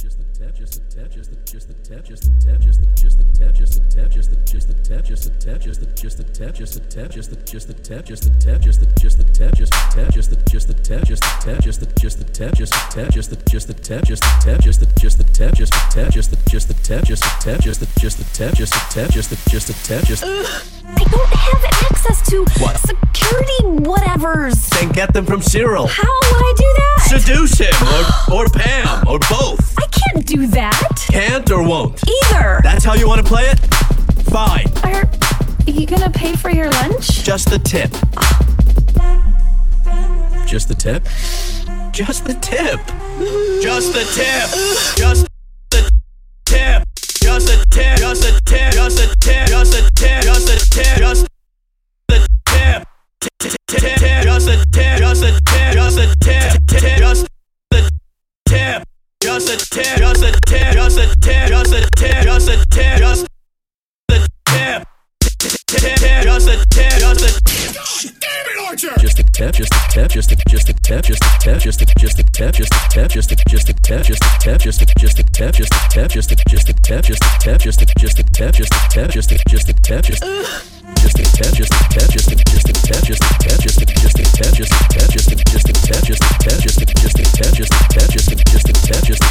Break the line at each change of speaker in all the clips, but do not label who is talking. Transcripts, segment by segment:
just the tip, just the just the tip, just the tip, just the just the tip, just the tip, just the just the tip, just the tip, just the just the tip, just the tip, just the just the tip, just the tip, just the just the tip, just the tip, just the just the tip, just the tip, just the just the tip, just the tip, just the just the tip, just the tip, just the just the tip, just the tip, just the just the tip, just the tip, just the just the tip, just the tip, just the just the tip, just
I don't have access to security whatevers.
Then get them from Cyril.
How would I do that?
Seduce him, or, or Pam, or both.
I can't do that
Can't or won't.
either.
That's how you want to play it? Fine.
Are you gonna pay for your lunch?
Just the tip.
just the tip.
Just the tip. Just the tip. Just the tip. Just the tip. Just the tip. Just the tip. Just the tip. Just the tip. Just the tip. Tip, tip, tip. Just the tip. Just the tip. Just the tip. Tip. Just the tip. Just the tip. Just the tip. Just the tip. Just the tip. Just the tip. Just the tip. Tip, tip. Just the tip. Just the
just a tap, just a tap, just a just a tap, just a tap, just a just a tap, just a tap, just a just a tap, just a tap, just a just a tap, just a tap, just a just a tap, just a tap, just a just a tap, just a tap, just a just a tap, just just a tap, just a tap, just a just a tap, just a tap, just a just a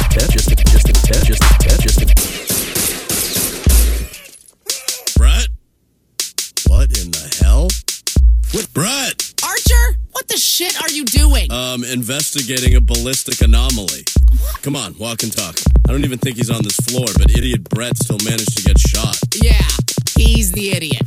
tap, just a tap, just a just a tap, just a tap, just a just a tap, just a tap, just a just a tap, just a tap, just a just a tap, just a tap, just a
Brett? What in the hell? With Brett?
Archer, what the shit are you doing?
Um, investigating a ballistic anomaly. Come on, walk and talk. I don't even think he's on this floor, but idiot Brett still managed to get shot,
yeah, he's the idiot.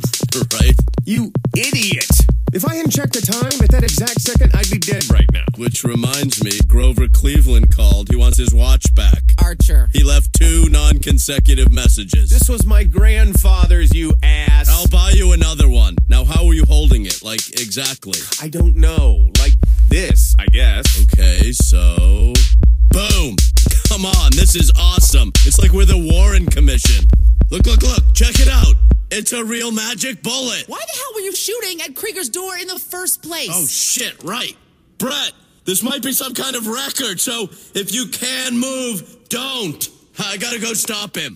right?
You idiot! If I hadn't checked the time at that exact second, I'd be dead right now.
Which reminds me, Grover Cleveland called. He wants his watch back.
Archer.
He left two non consecutive messages.
This was my grandfather's, you ass.
I'll buy you another one. Now, how are you holding it? Like, exactly.
I don't know. Like this, I guess.
Okay, so. Boom! Come on, this is awesome. It's like we're the Warren Commission. Look, look, look, check it out. It's a real magic bullet.
Why the hell were you shooting at Krieger's door in the first place?
Oh, shit, right. Brett, this might be some kind of record, so if you can move, don't. I gotta go stop him.